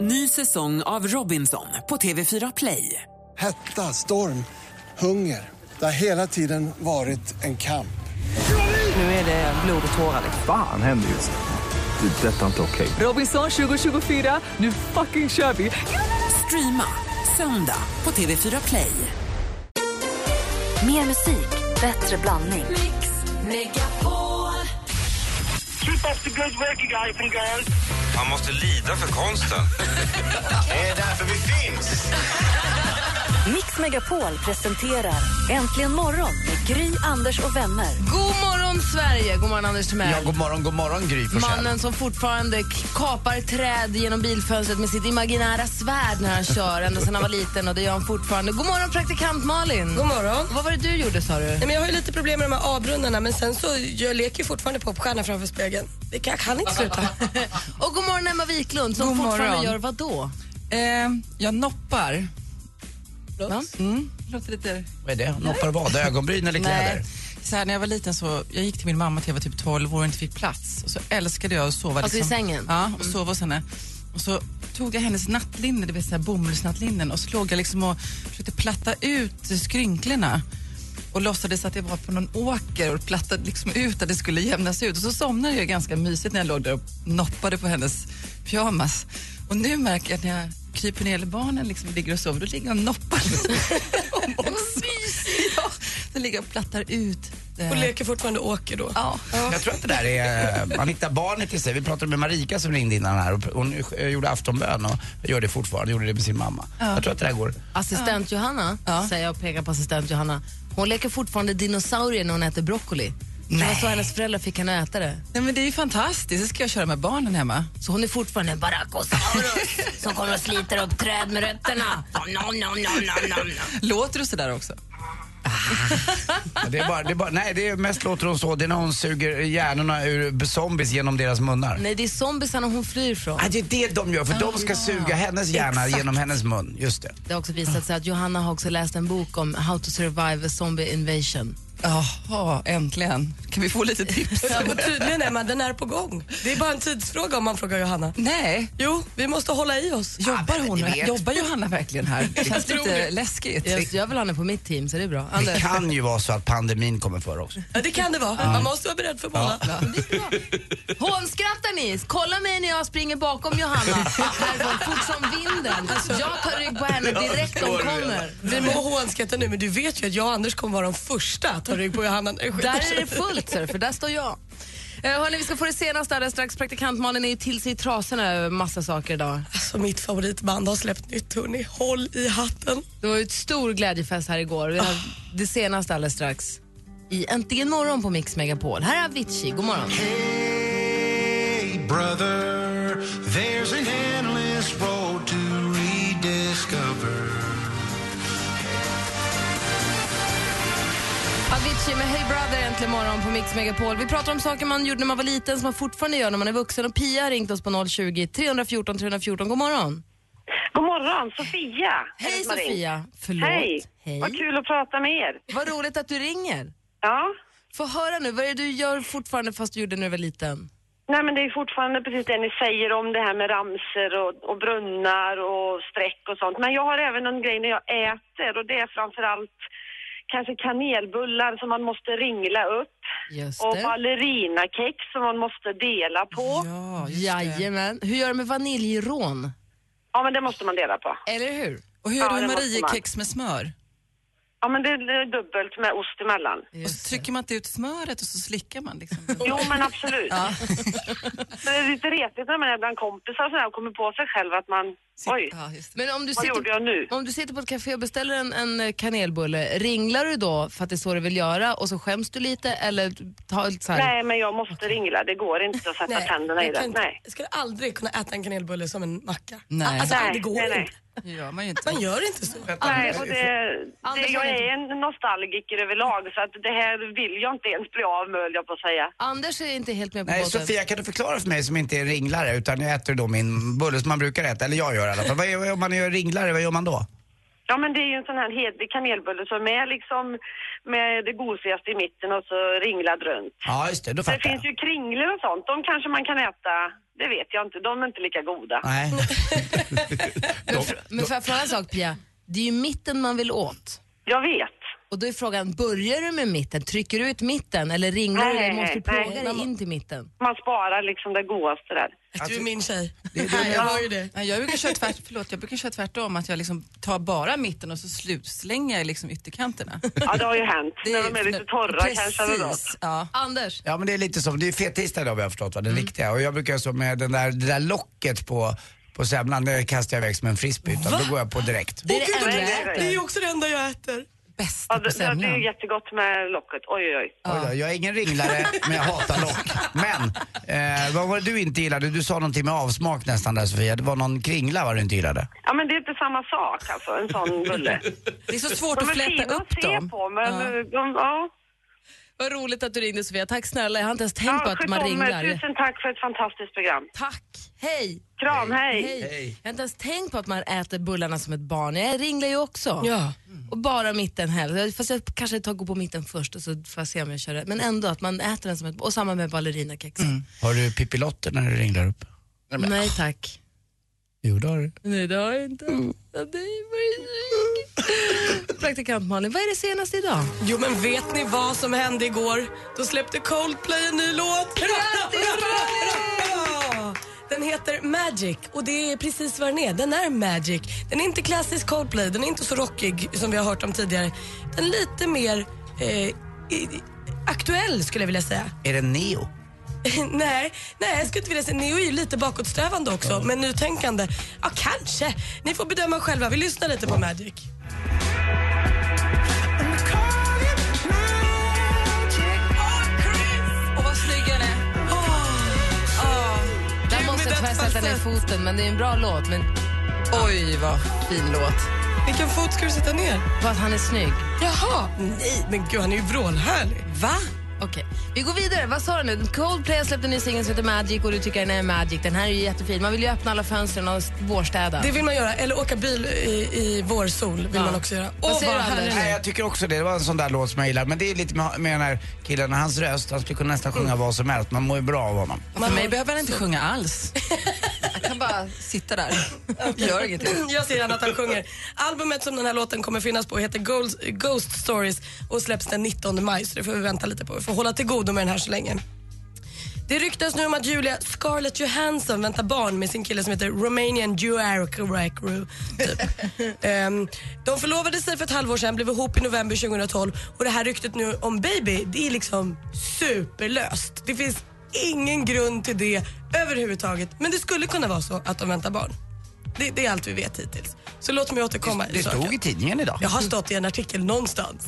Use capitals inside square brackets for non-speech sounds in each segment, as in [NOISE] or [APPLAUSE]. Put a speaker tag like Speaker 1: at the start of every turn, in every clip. Speaker 1: Ny säsong av Robinson på TV4 Play.
Speaker 2: Hetta, storm, hunger. Det har hela tiden varit en kamp.
Speaker 1: Nu är det blod och tårar.
Speaker 3: Fan händer just nu. Det. är Detta är inte okej.
Speaker 1: Robinson 2024, nu fucking kör vi! Streama söndag på TV4 Play.
Speaker 4: Mer musik, bättre blandning.
Speaker 5: Keep up the good work, you guys and girls.
Speaker 6: Man måste lida för konsten.
Speaker 7: Det är därför vi finns!
Speaker 4: Mix Megapol presenterar Äntligen morgon med Gry, Anders och vänner.
Speaker 8: God morgon, Sverige! God morgon, Anders Timell.
Speaker 7: Ja, god morgon, god morgon Gry Forssell.
Speaker 8: Mannen som fortfarande k- kapar träd genom bilfönstret med sitt imaginära svärd när han kör, ända sedan han var liten. Och det gör han fortfarande. God morgon, praktikant Malin!
Speaker 9: God morgon.
Speaker 8: Vad var det du gjorde, sa du?
Speaker 10: Mm.
Speaker 9: Nej, men jag har ju lite problem med de här avbrunnarna men sen så jag leker ju fortfarande popstjärna framför spegeln. Det kan, jag kan inte sluta.
Speaker 10: [LAUGHS]
Speaker 8: Och god morgon, Emma Wiklund, som
Speaker 10: God
Speaker 8: fortfarande
Speaker 10: morgon.
Speaker 8: gör vad då?
Speaker 10: Eh, jag noppar.
Speaker 8: Va?
Speaker 10: Låter lite...
Speaker 7: Vad är det? Noppar vad? Ögonbryn eller kläder?
Speaker 10: Nej. Så här, när jag var liten så jag gick till min mamma till jag var typ 12 år och inte fick plats. Och så älskade jag att sova. liksom-
Speaker 8: Alltså i sängen?
Speaker 10: Ja, och sova hos henne. Och så tog jag hennes nattlinne, det vill säga bomullsnattlinnen och så låg jag liksom och försökte platta ut skrynklena och låtsades att jag var på någon åker och plattade liksom ut att det skulle jämnas ut. Och så somnade jag ganska mysigt när jag låg där och noppade på hennes pyjamas. Och nu märker jag att när jag kryper ner, eller barnen liksom ligger och sover, då ligger jag och noppar [LAUGHS] dem också. Ja, då ligger jag och plattar ut. det.
Speaker 9: Och leker fortfarande åker då.
Speaker 10: Ja.
Speaker 7: Jag tror att det där är, eh, man hittar barnet i sig. Vi pratade med Marika som ringde innan här och hon eh, gjorde aftonbön och gör det fortfarande, gjorde det med sin mamma. Jag tror att det där går.
Speaker 8: Assistent Johanna,
Speaker 10: Ja.
Speaker 8: säger jag och pekar på assistent Johanna. Hon leker fortfarande dinosaurie när hon äter broccoli. Det var så hennes föräldrar fick henne att äta det.
Speaker 10: Nej, men det är ju fantastiskt, det ska jag köra med barnen hemma.
Speaker 8: Så hon är fortfarande en [LAUGHS] barackosaurus som kommer och sliter upp träd med rötterna. Nom, nom, nom, nom, nom, nom.
Speaker 10: Låter du sådär också?
Speaker 7: Men Ah. Det är bara, det är bara, nej, det är mest låter hon så. Det är när hon suger hjärnorna ur zombies genom deras munnar.
Speaker 8: Nej, det är zombisarna hon flyr från.
Speaker 7: Ah, det är det de gör, för de
Speaker 10: Ah.
Speaker 7: ska suga hennes hjärna genom hennes mun. Just det.
Speaker 8: Det har också visat sig att Johanna har också läst en bok om How to survive a zombie invasion.
Speaker 10: Jaha, äntligen. Kan vi få lite tips?
Speaker 9: Och tydligen Emma, den är på gång. Det är bara en tidsfråga om man frågar Johanna.
Speaker 10: Nej.
Speaker 9: Jo, vi måste hålla i oss.
Speaker 10: Jobbar, hon, jobbar Johanna
Speaker 7: [LAUGHS]
Speaker 10: verkligen här? Det känns
Speaker 9: tror
Speaker 10: lite
Speaker 9: det.
Speaker 10: läskigt.
Speaker 8: Jag, jag vill ha henne på mitt team så det är bra. [LAUGHS]
Speaker 7: Det
Speaker 8: Anders,
Speaker 7: kan ju vara så att pandemin kommer för också.
Speaker 9: Ja, det kan det vara. Man måste vara beredd för båda.
Speaker 8: hånskrattar ni? Kolla mig när jag springer bakom [LAUGHS] Johanna. Härifrån, fort som vinden. Jag tar rygg på henne direkt hon kommer.
Speaker 9: Vi må hånskratta nu men du vet ju att jag och Anders kommer vara de första att ta rygg på Johanna när det skiter
Speaker 8: Där
Speaker 9: sig.
Speaker 8: är det fullt, ser du, för där står jag. Eh, hörni, vi ska få det senaste alldeles strax. Praktikant Malin är ju till sig i trasorna över massa saker idag.
Speaker 9: Alltså mitt favoritband har släppt nytt hörni. Håll i hatten.
Speaker 8: Det var ju ett stor glädjefest här igår. Vi har det senaste alldeles strax. I Äntligen morgon på Mix Megapol. Här är Avicii, god morgon.
Speaker 7: Hey brother, there's an endless road to rediscover.
Speaker 8: Avicii med Hey Brother äntligen morgon på Mix Megapol. Vi pratar om saker man gjorde när man var liten som man fortfarande gör när man är vuxen. Och Pia har ringt oss på 020 314 314. God morgon.
Speaker 5: God morgon, Sofia.
Speaker 8: Hej
Speaker 5: Heter Marie.
Speaker 8: Sofia. Förlåt.
Speaker 5: Hej.
Speaker 8: Hej.
Speaker 5: Vad kul att prata med er.
Speaker 8: Vad roligt att du ringer.
Speaker 5: Ja.
Speaker 8: Få höra nu, vad är det du gör fortfarande fast du gjorde när du var liten?
Speaker 5: Nej, men det är fortfarande precis det ni säger om det här med ramser och, och brunnar och streck och sånt. Men jag har även en grej när jag äter och det är framförallt kanske kanelbullar som man måste ringla upp
Speaker 8: Just
Speaker 5: och
Speaker 8: det.
Speaker 5: ballerinakex som man måste dela på. Ja,
Speaker 10: Ja, just det.
Speaker 8: Jajamän. Hur gör du med vaniljrån?
Speaker 5: men det måste man dela på.
Speaker 8: Eller hur?
Speaker 10: Och hur gör
Speaker 5: Ja,
Speaker 10: du
Speaker 5: det
Speaker 10: med
Speaker 5: måste man.
Speaker 10: Mariekex med smör?
Speaker 5: Ja, men det är dubbelt med ost emellan.
Speaker 10: Och så trycker man inte ut smöret och så slickar man
Speaker 5: [LAUGHS]
Speaker 10: liksom.
Speaker 5: Jo, men absolut. Men det är lite retigt när man är bland kompisar och, sådär och kommer på sig själv att man... Oj,
Speaker 10: Ja, just det.
Speaker 8: Men om du
Speaker 5: vad gjorde
Speaker 8: sitter,
Speaker 5: jag nu?
Speaker 8: om du sitter på ett café och beställer en, en kanelbulle, ringlar du då för att det är så du vill göra och så skäms du lite eller ta, så här,
Speaker 5: Nej, men jag måste ringla. Det går inte att sätta tänderna i
Speaker 9: jag,
Speaker 5: det.
Speaker 9: kan inte-
Speaker 5: Nej.
Speaker 9: jag skulle aldrig kunna äta en kanelbulle som en macka.
Speaker 10: Nej.
Speaker 9: Alltså,
Speaker 5: Nej,
Speaker 9: det går
Speaker 5: nej, nej.
Speaker 9: inte.
Speaker 10: Det gör man ju inte.
Speaker 9: Man gör inte så.
Speaker 5: Nej, och det, det,
Speaker 8: Anders
Speaker 5: jag
Speaker 8: har
Speaker 5: är en nostalgiker överlag så att det här vill jag inte ens bli av med, höll jag på att säga.
Speaker 8: Anders är inte helt med på
Speaker 7: Nej,
Speaker 8: båten.
Speaker 7: Sofia, kan du förklara för mig som inte är ringlare utan jag äter då min bulle som man brukar äta, eller jag gör i alla fall. Vad är, vad- om man är ringlare, vad gör man då?
Speaker 5: Ja, men det är ju en sån här hedlig kanelbulle som är liksom med det gosigaste i mitten och så ringlad runt.
Speaker 10: Ja, just det. Då
Speaker 5: Det
Speaker 10: fattar jag.
Speaker 5: finns ju kringlor och sånt, de kanske man kan äta, det vet jag inte, de är inte lika goda.
Speaker 10: Nej.
Speaker 4: Men får jag fråga en sak Pia? Det är ju mitten man vill åt.
Speaker 5: Jag vet.
Speaker 4: Och då är frågan, börjar du med mitten? Trycker du ut mitten eller ringlar du
Speaker 5: Nej,
Speaker 4: dig? Måste du
Speaker 5: nej,
Speaker 4: plåga
Speaker 5: nej.
Speaker 4: dig in till mitten?
Speaker 5: Man sparar liksom det godaste där.
Speaker 8: Du är min tjej.
Speaker 7: Nej,
Speaker 8: jag
Speaker 7: jag,
Speaker 8: hör ju det.
Speaker 7: nej, jag, brukar köra tvärt, förlåt, jag brukar köra tvärtom, att jag liksom tar bara mitten och så slutslänger jag liksom ytterkanterna.
Speaker 5: Ja, det har ju hänt. När de är lite torra
Speaker 7: Precis,
Speaker 5: kanske. eller något.
Speaker 7: ja.
Speaker 4: Anders,
Speaker 10: Ja men det är lite som, det är fettisdag idag vi har förstått va,
Speaker 4: Mm.
Speaker 10: den riktiga. Och jag brukar så med den där, det där locket på, på semlan, det kastar jag iväg som en frisbee. Utan då går jag på direkt.
Speaker 4: det är det enda jag äter.
Speaker 8: Det är ju också det enda jag äter.
Speaker 5: Ja,
Speaker 7: Bästa på
Speaker 5: det, det det är
Speaker 7: semlan.
Speaker 5: ju jättegott med locket. Oj, oj, oj.
Speaker 10: Oj då, jag är ingen ringlare men jag hatar lock. Men, eh, vad var det du inte gillade? Du sa någonting med avsmak nästan där Sofia. Det var någon kringla var du inte gillade.
Speaker 5: Ja, men det är inte samma sak alltså, en sån bulle.
Speaker 7: Det är så svårt
Speaker 5: De är fina att se på, men ja. de, ja.
Speaker 4: Vad roligt att du ringde Sofia. Tack snälla, jag har inte ens tänkt på
Speaker 5: ja
Speaker 4: att
Speaker 5: sköt
Speaker 4: man
Speaker 5: om er.
Speaker 4: ringlar.
Speaker 5: Tusen tack för ett fantastiskt program.
Speaker 4: Tack, hej.
Speaker 5: Kram, hej.
Speaker 4: Hej. Jag har inte ens tänkt på att man äter bullarna som ett barn. Jag ringlar ju också.
Speaker 8: Ja.
Speaker 4: Och bara mitten helst. Fast jag kanske tar gå på mitten först och så får jag se om jag kör rätt. Men ändå att man äter den som ett barn. Och samma med ballerinakexen.
Speaker 10: Har du pippilotter när du ringlar upp?
Speaker 4: Nej tack.
Speaker 10: Jo det har du.
Speaker 4: Nej det har jag inte.
Speaker 8: Mm.
Speaker 4: Ja, det är bara- Praktikant Malin, vad är det senaste idag?
Speaker 8: Jo men vet ni vad som hände igår? Då släppte Coldplay en ny låt. Hurra, hurra, hurra, hurra! Den heter Magic och det är precis vad den är. Den är Magic. Den är inte klassisk Coldplay, den är inte så rockig som vi har hört om tidigare. Den är lite mer eh, i- i- aktuell skulle jag vilja säga.
Speaker 10: Är det Neo?
Speaker 8: [LAUGHS] nej, nej, jag skulle inte vilja säga. Neo är ju lite bakåtsträvande också, men nytänkande. Ja, kanske. Ni får bedöma själva. Vi lyssnar lite på Magic.
Speaker 7: Och vad snygg den är.
Speaker 4: Där måste jag tyvärr sätta ner foten men det är en bra låt. Men
Speaker 7: Oj, vad fin låt.
Speaker 8: Vilken fot ska du sätta ner?
Speaker 4: för att han är snygg.
Speaker 8: Jaha, nej men gud han är ju vrålhärlig.
Speaker 7: Va?
Speaker 4: Okej, vi går vidare. Vad sa du nu? Coldplay har släppt en ny singel som heter Magic och du tycker den är Magic. Den här är ju jättefin. Man vill ju öppna alla fönstren och vårstäda.
Speaker 8: Det vill man göra, eller åka bil i, i vårsol vill man också göra.
Speaker 4: Vad säger du,
Speaker 8: härligt.
Speaker 4: Anders?
Speaker 10: Nej, jag tycker också det. Det var en sån där låt som jag gillar. Men det är lite med, med den här killen, hans röst. Han skulle kunna nästan sjunga
Speaker 4: Mm.
Speaker 10: vad som helst. Man mår ju bra av honom.
Speaker 7: För mig behöver han inte sjunga alls. Jag kan bara sitta där. [LAUGHS] Gör ingenting.
Speaker 8: Jag ser gärna att han sjunger. Albumet som den här låten kommer finnas på heter Gold, Ghost Stories och släpps den 19 maj så det får vi vänta lite på. Vi får hålla till godo med den här så länge. Det ryktas nu om att Julia Scarlett Johansson väntar barn med sin kille som heter Romanian Juaracru. Typ.
Speaker 10: [LAUGHS]
Speaker 8: Ehm, de förlovade sig för ett halvår sedan, blev ihop i november 2012 och det här ryktet nu om Baby, det är liksom superlöst. Det finns ingen grund till det överhuvudtaget. Men det skulle kunna vara så att de väntar barn. Det, det är allt vi vet hittills. Så låt mig återkomma i
Speaker 10: Det
Speaker 8: saken.
Speaker 10: stod i tidningen idag.
Speaker 8: Jag har stått i en artikel någonstans.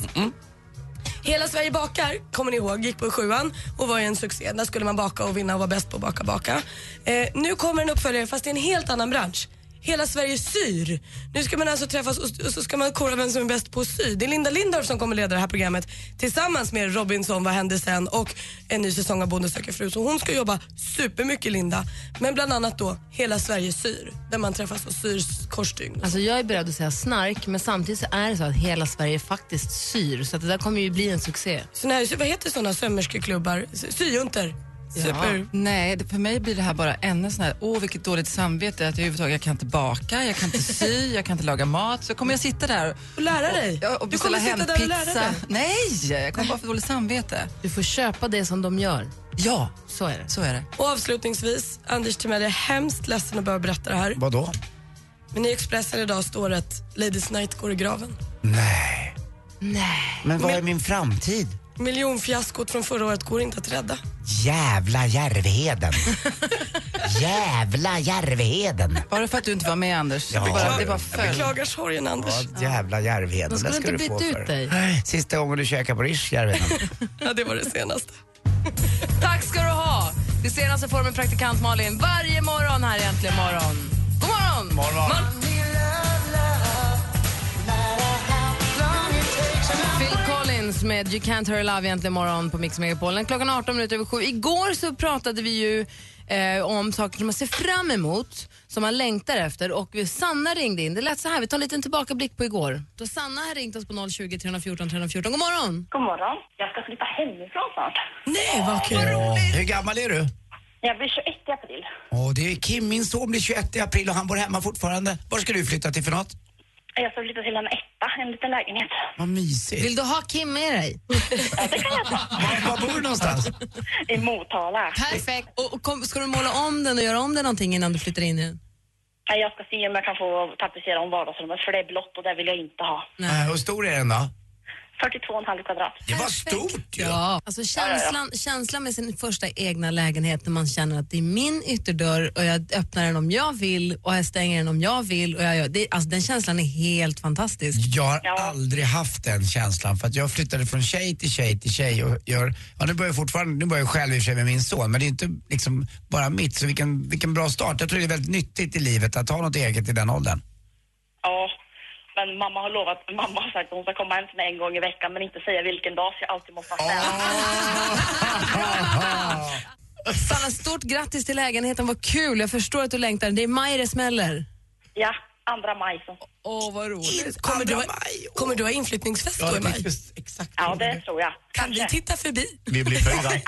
Speaker 8: Hela Sverige bakar, kommer ni ihåg, gick på sjuan och var ju en succé. Där skulle man baka och vinna och vara bäst på att baka baka. Eh, nu kommer en uppföljare fast i en helt annan bransch. Hela Sverige syr. Nu ska man alltså träffas och, och så ska man kora vem som är bäst på att sy. Det är Linda Lindorff som kommer leda det här programmet tillsammans med Robinson, Vad hände sen? och en ny säsong av Bonde söker fru. Så hon ska jobba supermycket Linda. Men bland annat då Hela Sverige syr där man träffas och syr korsstygn.
Speaker 4: Alltså jag är beredd att säga snark, men samtidigt så är det så att hela Sverige faktiskt syr. Så att det där kommer ju bli en succé.
Speaker 8: såna här, vad heter såna sömmerskeklubbar? Sy- Syjuntor? Super.
Speaker 7: Nej, det- för mig blir det här bara ännu sån här, åh vilket dåligt samvete att jag överhuvudtaget jag kan inte baka, jag kan
Speaker 8: [LAUGHS]
Speaker 7: inte sy, jag kan inte laga mat. Så kommer jag sitta där
Speaker 8: Och lära dig.
Speaker 7: och, och
Speaker 8: du
Speaker 7: beställa
Speaker 8: kommer
Speaker 7: hem
Speaker 8: sitta där och lära dig.
Speaker 7: pizza. Nej, jag kommer bara få dåligt samvete.
Speaker 4: Du får köpa det som de gör.
Speaker 7: Ja,
Speaker 4: Så är det.
Speaker 7: så är det.
Speaker 8: Och avslutningsvis, Anders Timell, jag är hemskt ledsen att behöva berätta det här.
Speaker 10: Vadå?
Speaker 8: Men i Expressen idag står det att Ladies Night går i graven.
Speaker 10: Nej.
Speaker 4: Nej.
Speaker 10: Men vad är min framtid?
Speaker 8: Miljonfiaskot från förra året går inte att rädda.
Speaker 4: [LAUGHS]
Speaker 10: Jävla Järvheden. Jävla Järvheden.
Speaker 7: Bara för att du inte var med Anders.
Speaker 10: Ja.
Speaker 7: det bara, det bara
Speaker 8: Jag
Speaker 7: föll.
Speaker 8: beklagar sorgen, Anders.
Speaker 10: Ja, jävla Järvheden.
Speaker 4: De skulle
Speaker 10: Det ska
Speaker 4: inte
Speaker 10: du få
Speaker 4: byta ut
Speaker 10: för.
Speaker 4: dig.
Speaker 10: Sista gången du käkar på
Speaker 4: [LAUGHS]
Speaker 10: Rish, Järvheden.
Speaker 8: Ja, det var det senaste.
Speaker 4: Tack ska du ha! Det senaste får du med praktikant Malin varje morgon här i Äntligen morgon. God morgon!
Speaker 10: Morgon.
Speaker 4: Phil Collins med You Can't Hurry Love egentligen morgon på Mix Megapolen. Klockan 18 minuter över sju. Igår så pratade vi ju eh, om saker som man ser fram emot
Speaker 10: som man längtar efter. Och Sanna ringde in. Det lät så här, vi tar en liten tillbakablick på igår. Då Sanna har ringt oss på 020 314 314. God morgon!
Speaker 11: God morgon. Jag ska flytta hemifrån snart.
Speaker 10: Nej,
Speaker 7: vad kul! Hur gammal är du?
Speaker 11: Jag blir 21 i april.
Speaker 7: Åh, det är Kim, min son blir 21 i april och han bor hemma fortfarande. Var ska du flytta till för något?
Speaker 11: Jag ska flytta till en etta, en liten lägenhet.
Speaker 7: Vad mysigt.
Speaker 10: Vill du ha Kim med dig?
Speaker 11: Ja, det kan jag ta.
Speaker 7: Var bor du någonstans?
Speaker 11: I Motala.
Speaker 10: Perfekt! Och, och kom, ska du måla om den och göra om den någonting innan du flyttar in i den?
Speaker 11: Ja, Jag ska se om jag kan få tapetsera om vardagsrummet, för det är blått och det vill jag inte ha.
Speaker 7: Eh, Hur stor är den då?
Speaker 11: 42,5 kvadrat.
Speaker 7: Det var stort ju.
Speaker 10: Ja. Alltså känslan, känslan med sin första
Speaker 4: [LAUGHS]
Speaker 10: egna lägenhet när man känner att det är min ytterdörr och jag öppnar den om jag vill och jag stänger den om jag vill. Och jag gör, det, alltså, den känslan är helt fantastisk.
Speaker 7: Jag har aldrig haft den känslan för att jag flyttade från tjej till tjej till tjej och gör, ja nu börjar jag fortfarande, nu börjar jag själv i och för sig med min son men det är inte liksom bara mitt så vilken, vilken bra start. Jag tror det är väldigt nyttigt i livet att ha något eget i den åldern.
Speaker 11: Ja, men mamma har lovat, mamma har sagt att hon ska komma hem till mig en gång i veckan, men inte säga vilken dag, så jag alltid måste ha städat.
Speaker 10: Sanna, stort grattis till lägenheten, vad kul. Jag förstår att du längtar. Det är maj det smäller.
Speaker 11: Ja, andra maj. så.
Speaker 10: Åh, vad roligt.
Speaker 8: Kommer du, ha, kommer du ha inflyttningsfest då i maj?
Speaker 11: Ja, det tror jag.
Speaker 8: Kan vi titta förbi?
Speaker 7: Vi blir fyra.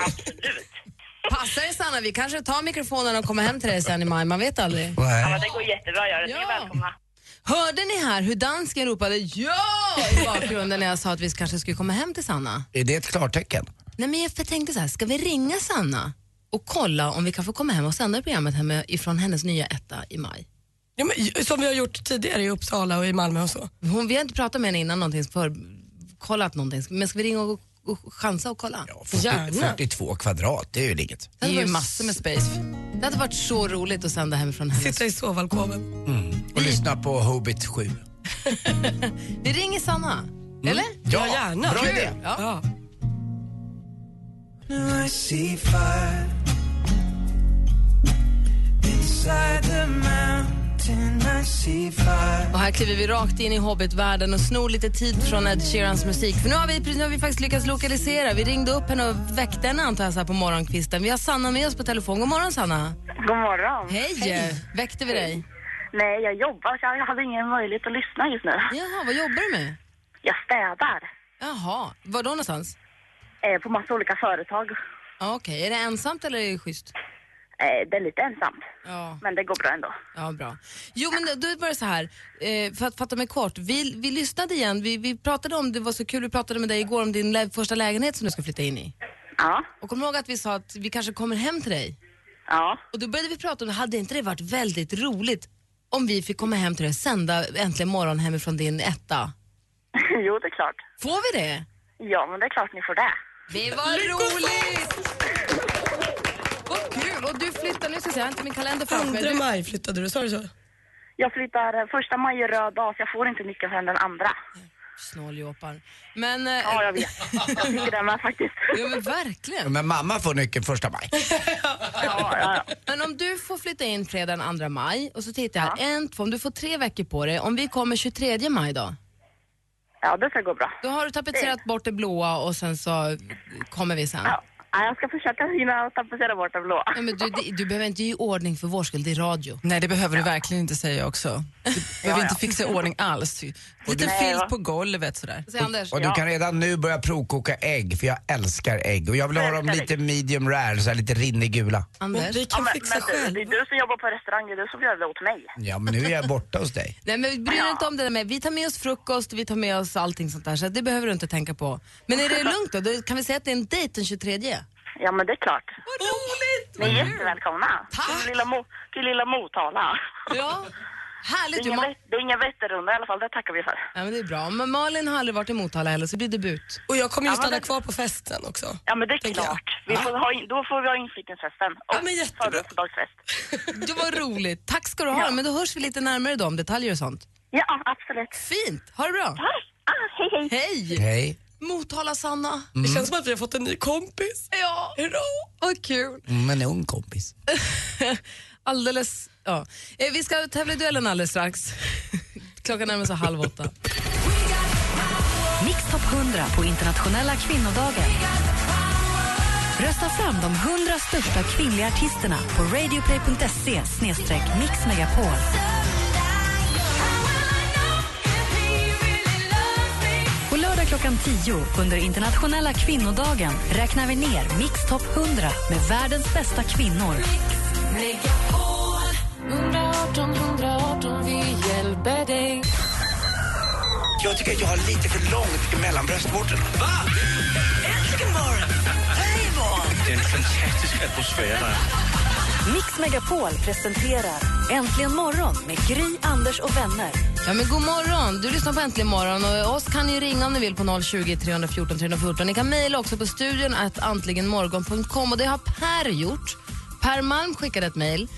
Speaker 10: Passa dig Sanna, vi kanske tar mikrofonen och kommer hem till dig sen i maj, man vet aldrig.
Speaker 11: Ja, men det går jättebra att göra. Ni är välkomna.
Speaker 10: Hörde ni här hur dansken ropade ja i bakgrunden när jag sa att vi kanske skulle komma hem till Sanna?
Speaker 7: Är det ett klartecken?
Speaker 10: Nej men jag tänkte så här, ska vi ringa Sanna och kolla om vi kan få komma hem och sända programmet hemma ifrån hennes nya etta i maj?
Speaker 8: Ja, men, som vi har gjort tidigare i Uppsala och i Malmö och så.
Speaker 10: Hon, vi har inte pratat med henne innan någonting, för, kollat någonting, men ska vi ringa och, och chansa och kolla?
Speaker 7: 42 kvadrat, det är ju inget.
Speaker 10: Det är ju massor med space. Det hade varit så roligt att sända hemifrån hennes.
Speaker 8: Sitta i sovalkoven.
Speaker 7: Och lyssna på Hobbit 7.
Speaker 10: [LAUGHS] Vi ringer Sanna,
Speaker 7: Mm.
Speaker 10: eller?
Speaker 7: Ja, gärna. Bra
Speaker 10: Kul.
Speaker 7: idé.
Speaker 10: Ja. Och här kliver vi rakt in i Hobbitvärlden och snor lite tid från Ed Sheerans musik. För nu har vi, nu har vi faktiskt lyckats lokalisera. Vi ringde upp henne och väckte henne antar jag så här på morgonkvisten. Vi har Sanna med oss på telefon. God morgon Sanna.
Speaker 11: God morgon.
Speaker 10: Hej! Väckte vi dig?
Speaker 11: Nej, jag jobbar, så jag hade ingen möjlighet att lyssna just nu.
Speaker 10: Jaha, vad jobbar du med?
Speaker 11: Jag städar
Speaker 10: Jaha, var då någonstans?
Speaker 11: eh, på massa olika företag.
Speaker 10: Ja, Okej, är det ensamt eller är det schysst?
Speaker 11: Eh, det är lite ensamt,
Speaker 10: Ja,
Speaker 11: men det går bra ändå.
Speaker 10: ja bra. Jo men då var det så här, eh, för att fatta mig kort. Vi, vi lyssnade igen, vi, vi pratade om, det var så kul, vi pratade med dig igår om din lä- första lägenhet som du ska flytta in i.
Speaker 11: Ja,
Speaker 10: Och kom ihåg att vi sa att vi kanske kommer hem till dig.
Speaker 11: ja.
Speaker 10: Och då började vi prata om, hade inte det varit väldigt roligt om vi fick komma hem till dig och sända Äntligen morgon hemifrån din etta?
Speaker 11: [LAUGHS] jo, det är klart.
Speaker 10: Får vi det?
Speaker 11: Ja, men det är klart ni får det.
Speaker 10: Det var roligt! Vad kul! Och du flyttar, nu ska jag säga, jag har inte min kalender framför mig.
Speaker 8: 2
Speaker 10: Du,
Speaker 8: maj flyttade du, sa du så?
Speaker 11: Jag flyttar eh, första maj är röd dag, så jag får inte nyckeln förrän den andra.
Speaker 10: snåljåpar. Men, eh,
Speaker 11: Ja, jag vet. Jag tycker det med faktiskt.
Speaker 10: ja, men verkligen.
Speaker 7: Men mamma får nyckeln första maj.
Speaker 11: Ja, ja, ja.
Speaker 10: Men om du får flytta in fredagen 2 maj och så tittar jag, en, två, om du får tre veckor på dig, om vi kommer 23 maj då?
Speaker 11: ja, det ska gå bra.
Speaker 10: Då har du tapetserat bort det blåa och sen så kommer vi sen.
Speaker 11: Ja, ja, jag ska försöka hinna tapetsera bort det blå.
Speaker 10: Nej, men du, det- du behöver inte ge i ordning för vår skull, det är radio.
Speaker 12: Nej, det behöver du verkligen inte säga också. Du behöver inte fixa i ordning alls. Liten
Speaker 11: Nej, va?
Speaker 12: filt på golvet sådär.
Speaker 10: Säg Anders.
Speaker 7: Och du kan redan nu börja provkoka ägg, för jag älskar ägg. Och jag vill ha dem lite medium rare, så här lite rinnig gula.
Speaker 8: Men
Speaker 10: Anders.
Speaker 8: vi kan
Speaker 11: men,
Speaker 8: fixa
Speaker 11: men du, det
Speaker 8: själv.
Speaker 11: är du som jobbar på restaurang, det är du som får göra det åt mig.
Speaker 7: Ja, men nu är jag borta hos [LAUGHS] dig.
Speaker 10: Nej, men bry dig inte om det där med. Vi tar med oss frukost, vi tar med oss allting sånt där, så det behöver du inte tänka på. Men är det lugnt då? då kan vi säga att det är en dejt den 23?
Speaker 11: Ja, men det är klart. Ni är jättevälkomna.
Speaker 10: Tack.
Speaker 11: Till lilla, Mo- till lilla Motala.
Speaker 10: Ja.
Speaker 11: Det är,
Speaker 10: Härligt ju.
Speaker 11: ingen,
Speaker 10: Ma-
Speaker 11: vä- det är ingen Vätternrunda i alla fall, det tackar vi för.
Speaker 10: ja, men det är bra. Men Malin har aldrig varit i Motala heller, så det blir debut.
Speaker 8: Och jag kommer ju
Speaker 11: Ja, men
Speaker 8: stanna
Speaker 11: det-
Speaker 8: kvar på festen också.
Speaker 11: Ja, men det är
Speaker 8: Tänker jag.
Speaker 11: klart. Vi får ha in, då får vi ha inflyttningsfesten och
Speaker 8: Ja, men jättebra.
Speaker 11: födelsedagsfest.
Speaker 10: Det var roligt. Tack ska du ha.
Speaker 11: Ja.
Speaker 10: Men då hörs vi lite närmare då om detaljer och sånt.
Speaker 11: Ja, absolut.
Speaker 10: Fint. Ha det bra.
Speaker 11: Ah, ah, hej, hej.
Speaker 10: Hej.
Speaker 7: Hej.
Speaker 10: Motala Sanna.
Speaker 8: [LAUGHS] Det känns som att vi har fått en ny kompis.
Speaker 10: Ja. Hurra. Vad kul.
Speaker 7: Mm, en ung kompis.
Speaker 10: [LAUGHS] Alldeles, ja. Eh, Vi ska tävla i duellen alldeles strax. [LAUGHS] Klockan närmar sig halv åtta.
Speaker 4: Mix Top 100 på internationella kvinnodagen. Rösta fram de 100 största kvinnliga artisterna på radioplay.se mixmegapol. På lördag klockan 10 under internationella kvinnodagen räknar vi ner Mix Top 100 med världens bästa kvinnor.
Speaker 7: Jag tycker att jag har lite för långt mellan bröstvårtorna. Va?
Speaker 4: Äntligen morgon! Hej morgon!
Speaker 6: Det är en fantastisk atmosfär här.
Speaker 4: Mix Megapol presenterar Äntligen morgon med Gry, Anders och vänner.
Speaker 10: Ja, men god morgon! Du lyssnar på Äntligen morgon. Och oss kan ni ringa om ni vill på 020 314 314. Ni kan mejla också på studion att antligenmorgon.com. Och det har Per gjort. Per Malm skickade ett mejl.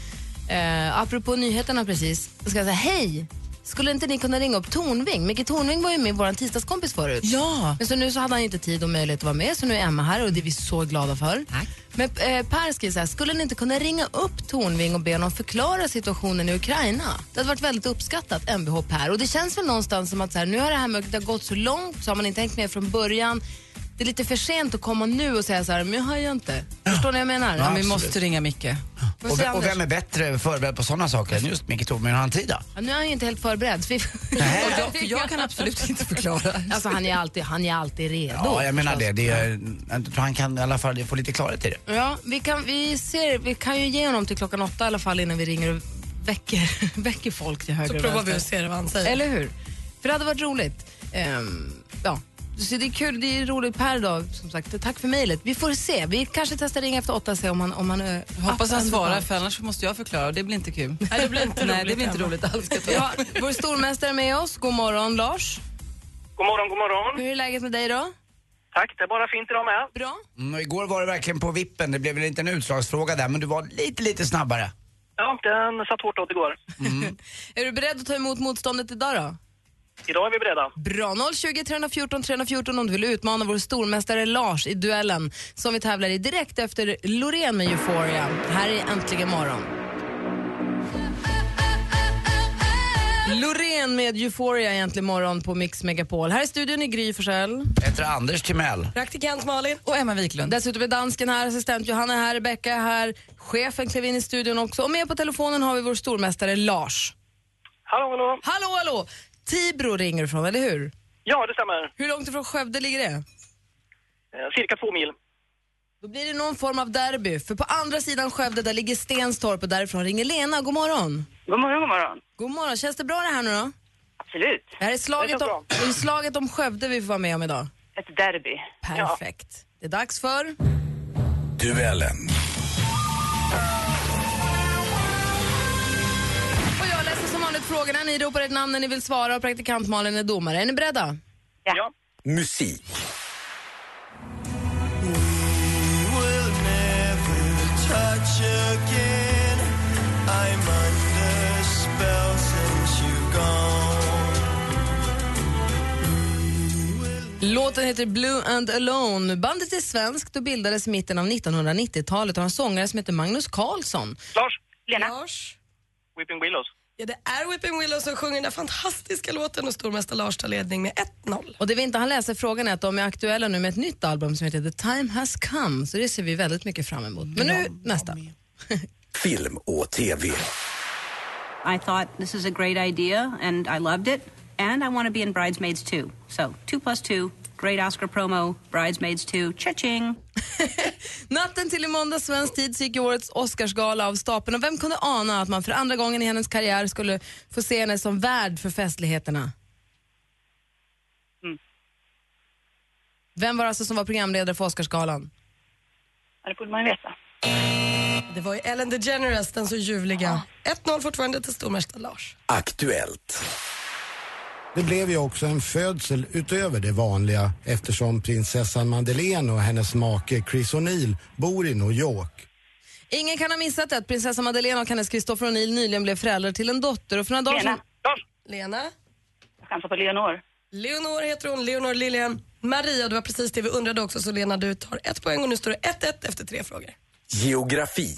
Speaker 10: Eh, apropå nyheterna precis. Jag ska säga hej! Skulle inte ni kunna ringa upp Tornving? Micke Tornving var ju med i vår tisdagskompis förut.
Speaker 12: Ja.
Speaker 10: Men så nu så hade han ju inte tid och möjlighet att vara med, så nu är Emma här och det är vi så glada för. Men eh, Per skriver så här, skulle ni inte kunna ringa upp Tornving och be honom förklara situationen i Ukraina? Det hade varit väldigt uppskattat, Mvh Per. Och det känns väl någonstans som att så här, nu har det här med, det har gått så långt, så har man inte hängt med från början. Det är lite för sent att komma nu och säga så här, men jag hör ju inte. Förstår ni vad jag menar?
Speaker 7: Ja, vi måste
Speaker 12: Måste ringa Micke.
Speaker 10: Vad
Speaker 7: Och,
Speaker 10: säger
Speaker 7: ve- och vem
Speaker 10: Anders?
Speaker 7: är bättre förberedd på sådana saker än just Micke Tornving? Har han tid då?
Speaker 10: Ja, nu är han ju inte helt förberedd. [LAUGHS] så vi-
Speaker 12: Och jag, för jag kan absolut inte förklara.
Speaker 10: Alltså han är alltid, han är alltid redo.
Speaker 7: Ja, jag menar det. det är, jag tror han kan i alla fall få lite klarhet i det.
Speaker 10: Ja, vi kan, vi, ser, vi kan ju ge honom till klockan åtta i alla fall innan vi ringer och väcker, [LAUGHS] väcker folk till höger
Speaker 8: Så
Speaker 10: och
Speaker 8: provar vi
Speaker 10: vänster.
Speaker 8: att se vad han säger.
Speaker 10: Eller hur? För det hade varit roligt. Ehm, ja. Så det är kul, det är roligt Per idag som sagt. Tack för mejlet. Vi får se. Vi kanske testar ringa efter åtta och se om han... Om han eh,
Speaker 12: Hoppas han
Speaker 10: absolut-
Speaker 12: svarar för annars måste jag förklara och det blir inte kul.
Speaker 8: Nej, det blir inte
Speaker 12: Nej,
Speaker 8: roligt,
Speaker 12: det blir inte
Speaker 8: Emma.
Speaker 12: roligt alls. ska jag
Speaker 10: Vi
Speaker 12: säga.
Speaker 10: har vår stormästare med oss. God morgon Lars.
Speaker 11: God morgon, god morgon.
Speaker 10: Hur är läget med dig idag?
Speaker 11: Tack, det är bara fint idag med.
Speaker 10: Bra?
Speaker 7: Mm, och igår var det verkligen på vippen. Det blev väl inte en utslagsfråga där, men du var lite, lite snabbare.
Speaker 11: Ja, den satt hårt åt igår.
Speaker 10: Mm. [LAUGHS] Är du beredd att ta emot motståndet idag då?
Speaker 11: Idag är vi beredda.
Speaker 10: Bra. 020 314 314 om du vill utmana vår stormästare Lars i duellen som vi tävlar i direkt efter Loreen med Euphoria. Här är Äntligen morgon. Loreen med Euphoria i Äntligen morgon på Mix Megapol. Här i studion är Gry Forssell.
Speaker 7: Jag heter Anders Timell.
Speaker 8: Praktikant Malin.
Speaker 12: Och Emma Wiklund.
Speaker 10: Dessutom är dansken här, assistent Johanna är här, Becka är här, chefen klev in i studion också. Och med på telefonen har vi vår stormästare Lars.
Speaker 11: Hallå, hallå.
Speaker 10: Hallå, hallå! Tibro ringer du från, eller hur?
Speaker 11: Ja, det stämmer.
Speaker 10: Hur långt ifrån Skövde ligger det?
Speaker 11: Eh, Cirka två mil.
Speaker 10: Då blir det någon form av derby, för på andra sidan Skövde där ligger Stenstorp och därifrån ringer Lena. God morgon!
Speaker 11: God morgon, god morgon.
Speaker 10: God morgon, känns det bra det här nu då?
Speaker 11: Absolut.
Speaker 10: Det här är
Speaker 11: Det
Speaker 10: slaget,
Speaker 11: känns
Speaker 10: om, det är slaget om Skövde vi får vara med om idag.
Speaker 11: Ett derby.
Speaker 10: Perfekt. Det är dags för...
Speaker 7: Duellen.
Speaker 10: Och jag läser som vanligt frågorna, ni ropar ett namn när ni vill svara och praktikant Malin är domare. Är ni beredda?
Speaker 11: Ja. ja.
Speaker 13: Musik.
Speaker 10: Låten heter Blue and Alone. Bandet är svenskt och bildades i mitten av 1990-talet och har en sångare som heter Magnus Carlsson.
Speaker 11: Lars. Lena.
Speaker 8: Lars.
Speaker 11: Whipping Willows.
Speaker 8: Ja, det är Whipping Willow som sjunger den där fantastiska låten och stormästare Lars tar ledning med 1-0.
Speaker 10: Och det vi inte han läser frågan är att de är aktuella nu med ett nytt album som heter The Time Has Come. Så det ser vi väldigt mycket fram emot. Men nu nästa.
Speaker 13: Film och TV.
Speaker 14: I thought this is a great idea and I loved it. And I want to be in Bridesmaids too. So, 2 plus 2, great Oscar promo, Bridesmaids 2, cha-ching.
Speaker 10: Natten till i måndag svensk tid så gick ju årets Oscarsgala av stapeln och vem kunde ana att man för andra gången i hennes karriär skulle få se henne som värd för festligheterna? Vem var det alltså som var programledare för Oscarsgalan?
Speaker 11: Ja, det borde man ju veta.
Speaker 8: Det var ju Ellen DeGeneres, den så ljuvliga. 1-0 fortfarande till stormästare Lars.
Speaker 13: Aktuellt.
Speaker 15: Det blev ju också en födsel utöver det vanliga eftersom prinsessan Madeleine och hennes make Chris O'Neill bor i New York.
Speaker 10: Ingen kan ha missat att prinsessa Madeleine och hennes Christopher O'Neill nyligen blev föräldrar till en dotter och för några dagar sedan...
Speaker 11: Lena. Lars.
Speaker 8: Lena.
Speaker 11: Jag chansar på Leonor.
Speaker 8: Leonor heter hon, Leonor Lilian. Maria, det var precis det vi undrade också, så Lena du tar ett poäng och nu står det 1-1 efter tre frågor.
Speaker 13: Geografi.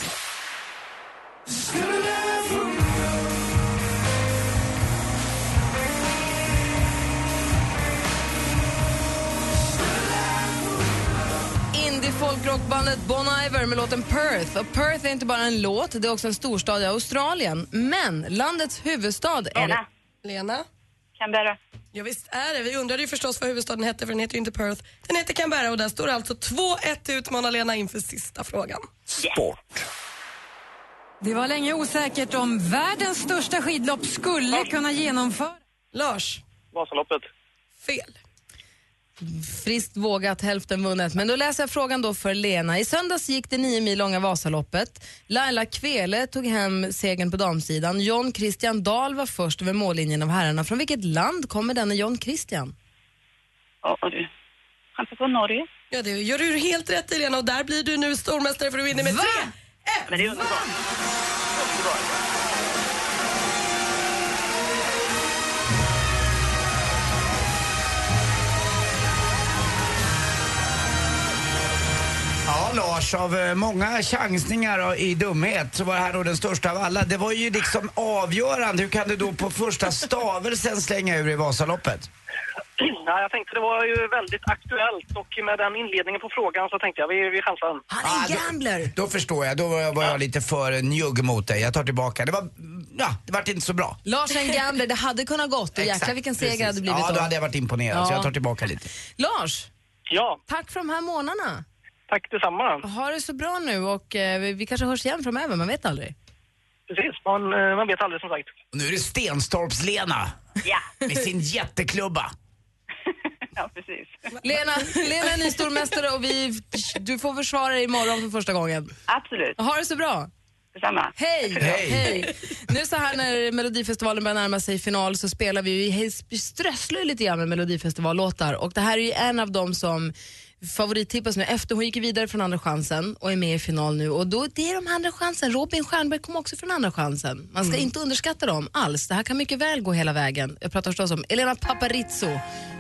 Speaker 10: Indieform folkrockbandet Bon Iver med låten Perth. Och Perth är inte bara en låt, det är också en storstad i Australien. Men landets huvudstad är...
Speaker 8: Lena. Lena?
Speaker 11: Canberra.
Speaker 8: Ja, visst är det. Vi undrade ju förstås vad huvudstaden hette för den heter ju inte Perth. Den heter Canberra och där står det alltså 2-1 till Utmanar-Lena inför sista frågan.
Speaker 13: Sport.
Speaker 16: Det var länge osäkert om världens största skidlopp skulle kunna genomföras.
Speaker 8: Lars.
Speaker 11: Vasaloppet.
Speaker 8: Fel.
Speaker 10: Friskt vågat, hälften vunnet. Men då läser jag frågan då för Lena. I söndags gick det nio mil långa Vasaloppet. Laila Kvele tog hem segern på damsidan. John Christian Dahl var först över mållinjen av herrarna. Från vilket land kommer denne John Christian?
Speaker 11: Ja, du. Han på Norge.
Speaker 8: Ja, det gör du helt rätt i Lena och där blir du nu stormästare för du vinner med
Speaker 11: Va?
Speaker 8: 3
Speaker 11: Men det är underbart.
Speaker 7: Ja, Lars, av eh, många chansningar och- i dumhet så var det här då den största av alla. Det var ju liksom avgörande. Hur kan du då på första stavelsen slänga ur i Vasaloppet?
Speaker 17: [CLEARS THROAT] Ja, jag tänkte det var ju väldigt aktuellt och med den inledningen på frågan så tänkte jag vi, vi chansar den.
Speaker 7: Han är gambler! Då, då förstår jag. Då var jag, var jag lite för njugg mot dig. Jag tar tillbaka. Det var... Ja, det vart inte så bra.
Speaker 10: Lars en gambler, det hade kunnat gått och jäklar vilken seger det hade blivit
Speaker 7: Ja, då
Speaker 10: då.
Speaker 7: hade jag varit imponerad. Så
Speaker 10: Ja.
Speaker 7: jag tar tillbaka lite.
Speaker 10: Lars!
Speaker 17: Ja?
Speaker 10: Tack för de här månaderna.
Speaker 17: Tack detsamma.
Speaker 10: Ha det så bra nu och eh, vi- vi kanske hörs igen framöver, man vet aldrig.
Speaker 17: Precis, man, eh, man vet aldrig som sagt.
Speaker 7: Och nu är det Stenstorps-Lena. Ja. Med sin jätteklubba.
Speaker 11: Ja, precis.
Speaker 10: Lena, Lena är ny stormästare och vi, du får försvara dig imorgon för första gången.
Speaker 11: Absolut.
Speaker 10: Ha det så bra.
Speaker 11: Detsamma.
Speaker 10: Hej!
Speaker 11: Hej.
Speaker 10: Hej! [LAUGHS] Nu så här när Melodifestivalen börjar närma sig final så spelar vi ju, hej- vi strösslar ju lite grann med Melodifestivallåtar och det här är ju en av dem som favorittippas nu efter hon gick ju vidare från Andra chansen och är med i final nu och då, det är de Andra chansen. Robin Stjernberg kom också från Andra chansen. Man ska
Speaker 18: Mm.
Speaker 10: inte underskatta dem alls. Det här kan mycket väl gå hela vägen. Jag pratar förstås om Elena Paparizou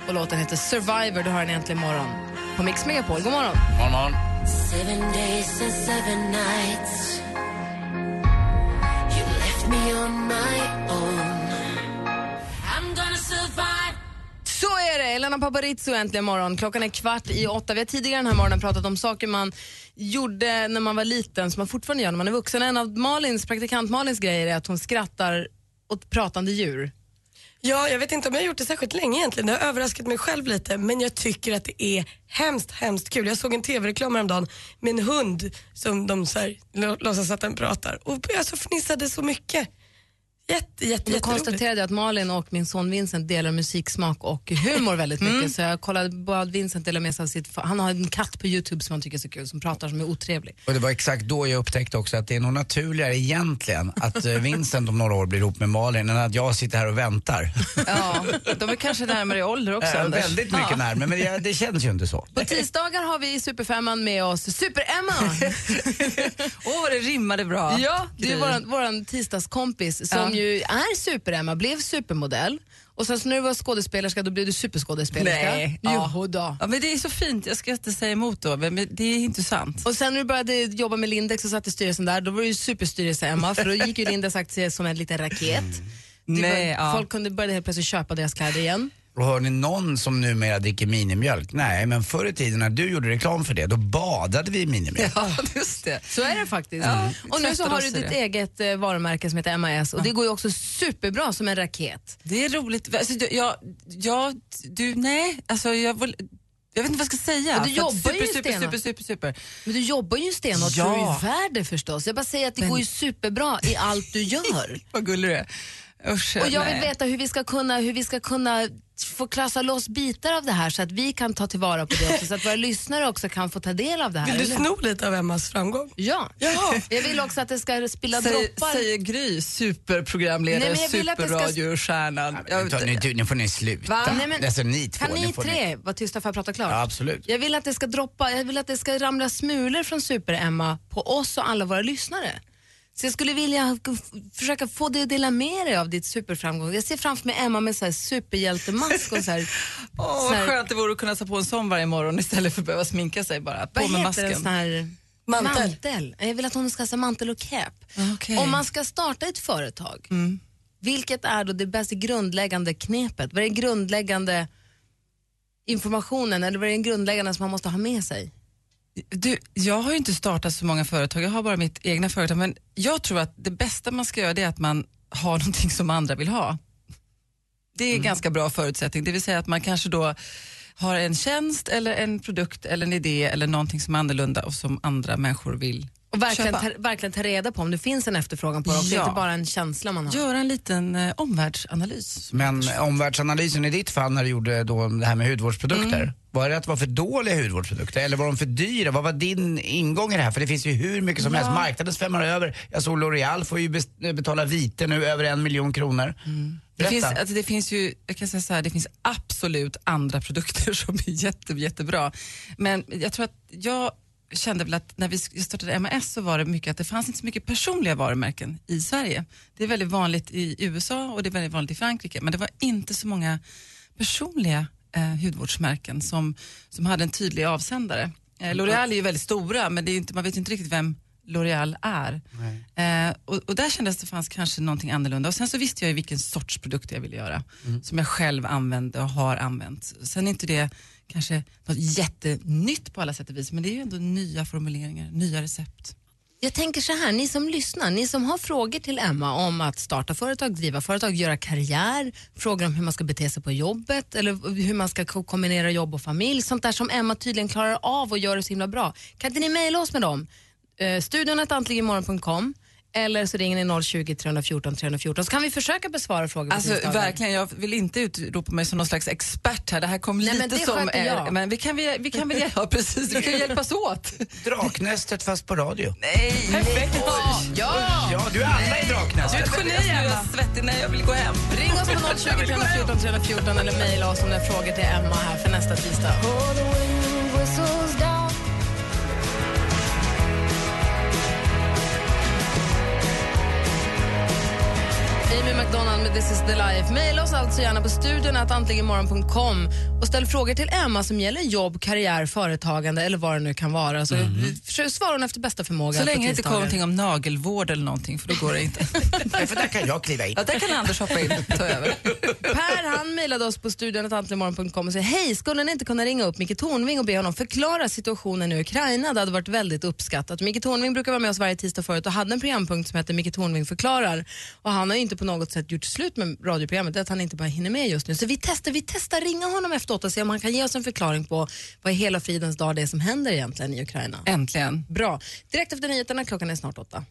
Speaker 10: och låten heter Survivor. Du hör den äntligen imorgon på Mix Megapol. God morgon!
Speaker 7: Morgon, morgon.
Speaker 19: Seven days and seven nights. You left me on my own. I'm gonna survive.
Speaker 10: Så är det! Elena Paparizou äntligen morgon. Klockan är kvart i åtta. Vi har tidigare den här morgonen pratat om saker man gjorde när man var liten som man fortfarande gör när man är vuxen. En av Malins, praktikant Malins grejer är att hon skrattar åt pratande djur.
Speaker 8: Ja, jag vet inte om jag har gjort det särskilt länge egentligen. Det har överraskat mig själv lite, men jag tycker att det är hemskt, hemskt kul. Jag såg en TV-reklam häromdagen med en hund som de så här, lå- låtsas att den pratar och jag så fnissade så mycket. Jätte, jätte,
Speaker 10: Då
Speaker 8: jätteroligt.
Speaker 10: konstaterade jag att Malin och min son Vincent delar musiksmak och humor väldigt mycket.
Speaker 12: Mm.
Speaker 10: Så jag kollade bad Vincent dela med sig av sitt... fa- Han har en katt på Youtube som han tycker är så kul, som pratar som är otrevlig.
Speaker 7: Och det var exakt då jag upptäckte också att det är nog naturligare egentligen att eh, Vincent om några år blir ihop med Malin än att jag sitter här och väntar.
Speaker 12: Ja, de är kanske närmare i ålder också,
Speaker 7: Eh,
Speaker 12: Anders.
Speaker 7: väldigt mycket
Speaker 12: Ja.
Speaker 7: närmare, men det, det känns ju inte så.
Speaker 10: På tisdagar har vi Superfemman med oss, Super-Emma!
Speaker 12: [LAUGHS] Åh, vad det rimmade bra.
Speaker 10: Ja, det är
Speaker 12: Gry.
Speaker 10: våran, våran tisdagskompis som
Speaker 12: Ja.
Speaker 10: ju är super-Emma, blev supermodell. Och sen så när du var skådespelerska då blev du superskådespelerska.
Speaker 12: Nej.
Speaker 10: Ja.
Speaker 12: då. Ja, men det är så fint, jag ska inte säga emot då, men det är inte sant.
Speaker 10: Och sen när du började jobba med Lindex och satt i styrelsen där, då var du ju superstyrelse-Emma för då
Speaker 12: [LAUGHS]
Speaker 10: gick ju Lindex aktier som en liten raket. Det
Speaker 7: Nej,
Speaker 10: började-
Speaker 7: ja.
Speaker 10: Folk kunde börja helt plötsligt köpa deras kläder igen.
Speaker 7: Och hör ni någon som numera dricker minimjölk? Nej, men förr i tiden när du gjorde reklam för det, då badade vi i minimjölk.
Speaker 12: [LAUGHS] Ja, just det.
Speaker 10: Så är det faktiskt.
Speaker 7: Ja,
Speaker 10: och nu så
Speaker 12: tvättar
Speaker 10: har
Speaker 12: oss
Speaker 10: du
Speaker 12: i
Speaker 10: ditt
Speaker 12: det.
Speaker 10: eget eh, varumärke som heter MAS och det går ju också superbra som en raket.
Speaker 12: Det är roligt. Alltså, jag- jag, jag, du, nej, alltså jag, vill- jag vet inte vad jag ska säga.
Speaker 10: Men du
Speaker 12: För att
Speaker 10: jobbar ju
Speaker 12: super, super,
Speaker 10: stenhårt.
Speaker 12: super, super, super.
Speaker 10: Men du jobbar ju stenhårt
Speaker 12: Ja.
Speaker 10: så du är värd det förstås. Jag bara säger att det går ju superbra i allt du gör.
Speaker 12: [LAUGHS] Vad gullig du är. Usch,
Speaker 10: Och jag vill
Speaker 12: nej.
Speaker 10: veta hur vi ska kunna, hur vi ska kunna få klassa loss bitar av det här så att vi kan ta tillvara på det också, så att våra lyssnare också kan få ta del av det här.
Speaker 8: Vill du
Speaker 10: eller?
Speaker 8: sno lite av Emmas framgång?
Speaker 10: Ja.
Speaker 8: Jaha.
Speaker 10: [LAUGHS] Jag vill också att det ska spilla
Speaker 12: Säger,
Speaker 10: droppar.
Speaker 12: säger Gry, superprogramledare,
Speaker 10: Nej, men jag vill att det ska-
Speaker 12: superradiostjärnan. Jag vet
Speaker 7: Nu,
Speaker 12: inte.
Speaker 7: nu, nu får ni sluta.
Speaker 10: Va? Nej, men-
Speaker 7: alltså, ni två,
Speaker 10: kan ni
Speaker 7: får
Speaker 10: tre vara tysta för att prata klart?
Speaker 7: Ja, absolut.
Speaker 10: Jag vill att det ska droppa, jag vill att det ska ramla smulor från Super-Emma på oss och alla våra lyssnare. Så jag skulle vilja f- försöka få dig att dela med dig av ditt superframgång. Jag ser framför mig Emma med så här superhjältemask och så här...
Speaker 12: [LAUGHS] Åh, vad skönt det vore att kunna ta på en sån varje morgon istället för att behöva sminka sig bara. På
Speaker 10: Vad
Speaker 12: med
Speaker 10: heter
Speaker 12: masken.
Speaker 10: en sån här...
Speaker 12: Mantel.
Speaker 10: Jag vill att hon ska ha så här mantel och cap.
Speaker 12: Ah, Okej. Mm.
Speaker 10: Om man ska starta ett företag, vilket är då det bästa grundläggande knepet? Vad är den grundläggande informationen eller vad är den grundläggande som man måste ha med sig?
Speaker 12: Du, jag har ju inte startat så många företag, jag har bara mitt egna företag. Men jag tror att det bästa man ska göra det är att man har någonting som andra vill ha. Det är
Speaker 10: Mm.
Speaker 12: en ganska bra förutsättning, det vill säga att man kanske då har en tjänst eller en produkt eller en idé eller någonting som är annorlunda och som andra människor vill
Speaker 10: Och verkligen
Speaker 12: köpa.
Speaker 10: ta, verkligen ta reda på om det finns en efterfrågan på det. också. Det är
Speaker 7: Ja.
Speaker 10: inte bara en känsla man har.
Speaker 12: Göra en liten eh, omvärldsanalys.
Speaker 7: Men omvärldsanalysen i ditt fall när du gjorde då det här med hudvårdsprodukter,
Speaker 12: Mm.
Speaker 7: var det att det var för dåliga hudvårdsprodukter eller var de för dyra? Vad var din ingång i det här? För det finns ju hur mycket som
Speaker 12: Ja.
Speaker 7: helst. Marknaden svämmar över. Jag såg L'Oreal får ju bes- betala vite nu över en miljon kronor.
Speaker 12: Det
Speaker 7: Berätta.
Speaker 12: finns, alltså det finns ju, jag kan säga så här, det finns absolut andra produkter som är jätte, jättebra. Men jag tror att jag kände väl att när vi sk- startade MAS så var det mycket att det fanns inte så mycket personliga varumärken i Sverige. Det är väldigt vanligt i USA och det är väldigt vanligt i Frankrike, men det var inte så många personliga eh, hudvårdsmärken som, som hade en tydlig avsändare. Eh, L'Oreal är ju väldigt stora, men det är ju inte, man vet ju inte riktigt vem L'Oreal är. Eh, och, och där kändes det fanns kanske någonting annorlunda. Och sen så visste jag ju vilken sorts produkt jag ville göra. Som jag själv använde och har använt. Sen är inte det kanske något jättenytt på alla sätt och vis. Men det är ju ändå nya formuleringar, nya recept.
Speaker 10: Jag tänker så här, ni som lyssnar, ni som har frågor till Emma om att starta företag, driva företag, göra karriär, frågor om hur man ska bete sig på jobbet eller hur man ska ko- kombinera jobb och familj, sånt där som Emma tydligen klarar av och gör det så himla bra. Kan inte ni mejla oss med dem? Eh, studionattantligenmorgon.com eller så ringer ni 020 314 314 så kan vi försöka besvara frågor på
Speaker 12: Alltså
Speaker 10: tisdagar.
Speaker 12: verkligen, jag vill inte utropa mig som någon slags expert här. Det här kom
Speaker 10: Nej,
Speaker 12: lite
Speaker 10: men det
Speaker 12: som...
Speaker 10: sköter jag.
Speaker 12: men vi kan, vi, vi
Speaker 10: [LAUGHS]
Speaker 12: kan väl ja, precis, vi kan hjälpas åt.
Speaker 7: Draknästet fast på radio.
Speaker 12: Nej! Perfekt! Ja!
Speaker 7: Ja, du är alla i
Speaker 12: Du är
Speaker 7: Draknästet.
Speaker 12: ett geni, Emma. svettig när jag vill gå hem. [LAUGHS]
Speaker 10: Ring oss på 020 314 314 eller mejla oss om ni har frågor till Emma här för nästa tisdag. Amy McDonald med This is the life. Maila oss alltså gärna på studion att antligenmorgon.com och ställ frågor till Emma som gäller jobb, karriär, företagande eller vad det nu kan vara. Så försök svara hon efter bästa
Speaker 12: Mhm.
Speaker 10: förmåga.
Speaker 12: Så
Speaker 10: på
Speaker 12: länge det inte kommer
Speaker 10: tisdagar.
Speaker 12: någonting om nagelvård eller någonting, för då går det inte.
Speaker 7: Nej, för där kan jag kliva in.
Speaker 12: Ja, [LAUGHS] där kan Anders hoppa in ta över.
Speaker 10: Per han mejlade oss på studionetantlemorgon.com och sa hej, skulle ni inte kunna ringa upp Micke Tornving och be honom förklara situationen i Ukraina? Det hade varit väldigt uppskattat. Micke Tornving brukar vara med oss varje tisdag förut och hade en programpunkt som hette Micke Tornving förklarar och han har ju inte på något sätt gjort slut med radioprogrammet, det är att han inte bara hinner med just nu. Så vi testar, vi testar ringa honom efteråt och se om han kan ge oss en förklaring på vad i hela fridens dag det är som händer egentligen i Ukraina.
Speaker 12: Äntligen.
Speaker 10: Bra. Direkt efter nyheterna, klockan är snart åtta.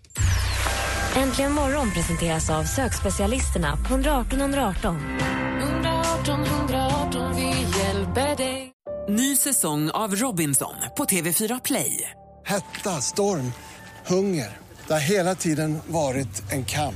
Speaker 18: Äntligen morgon presenteras av sökspecialisterna på 118 118.
Speaker 19: 118 118, vi hjälper dig.
Speaker 1: Ny säsong av Robinson på TV4 Play.
Speaker 2: Hetta, storm, hunger. Det har hela tiden varit en kamp.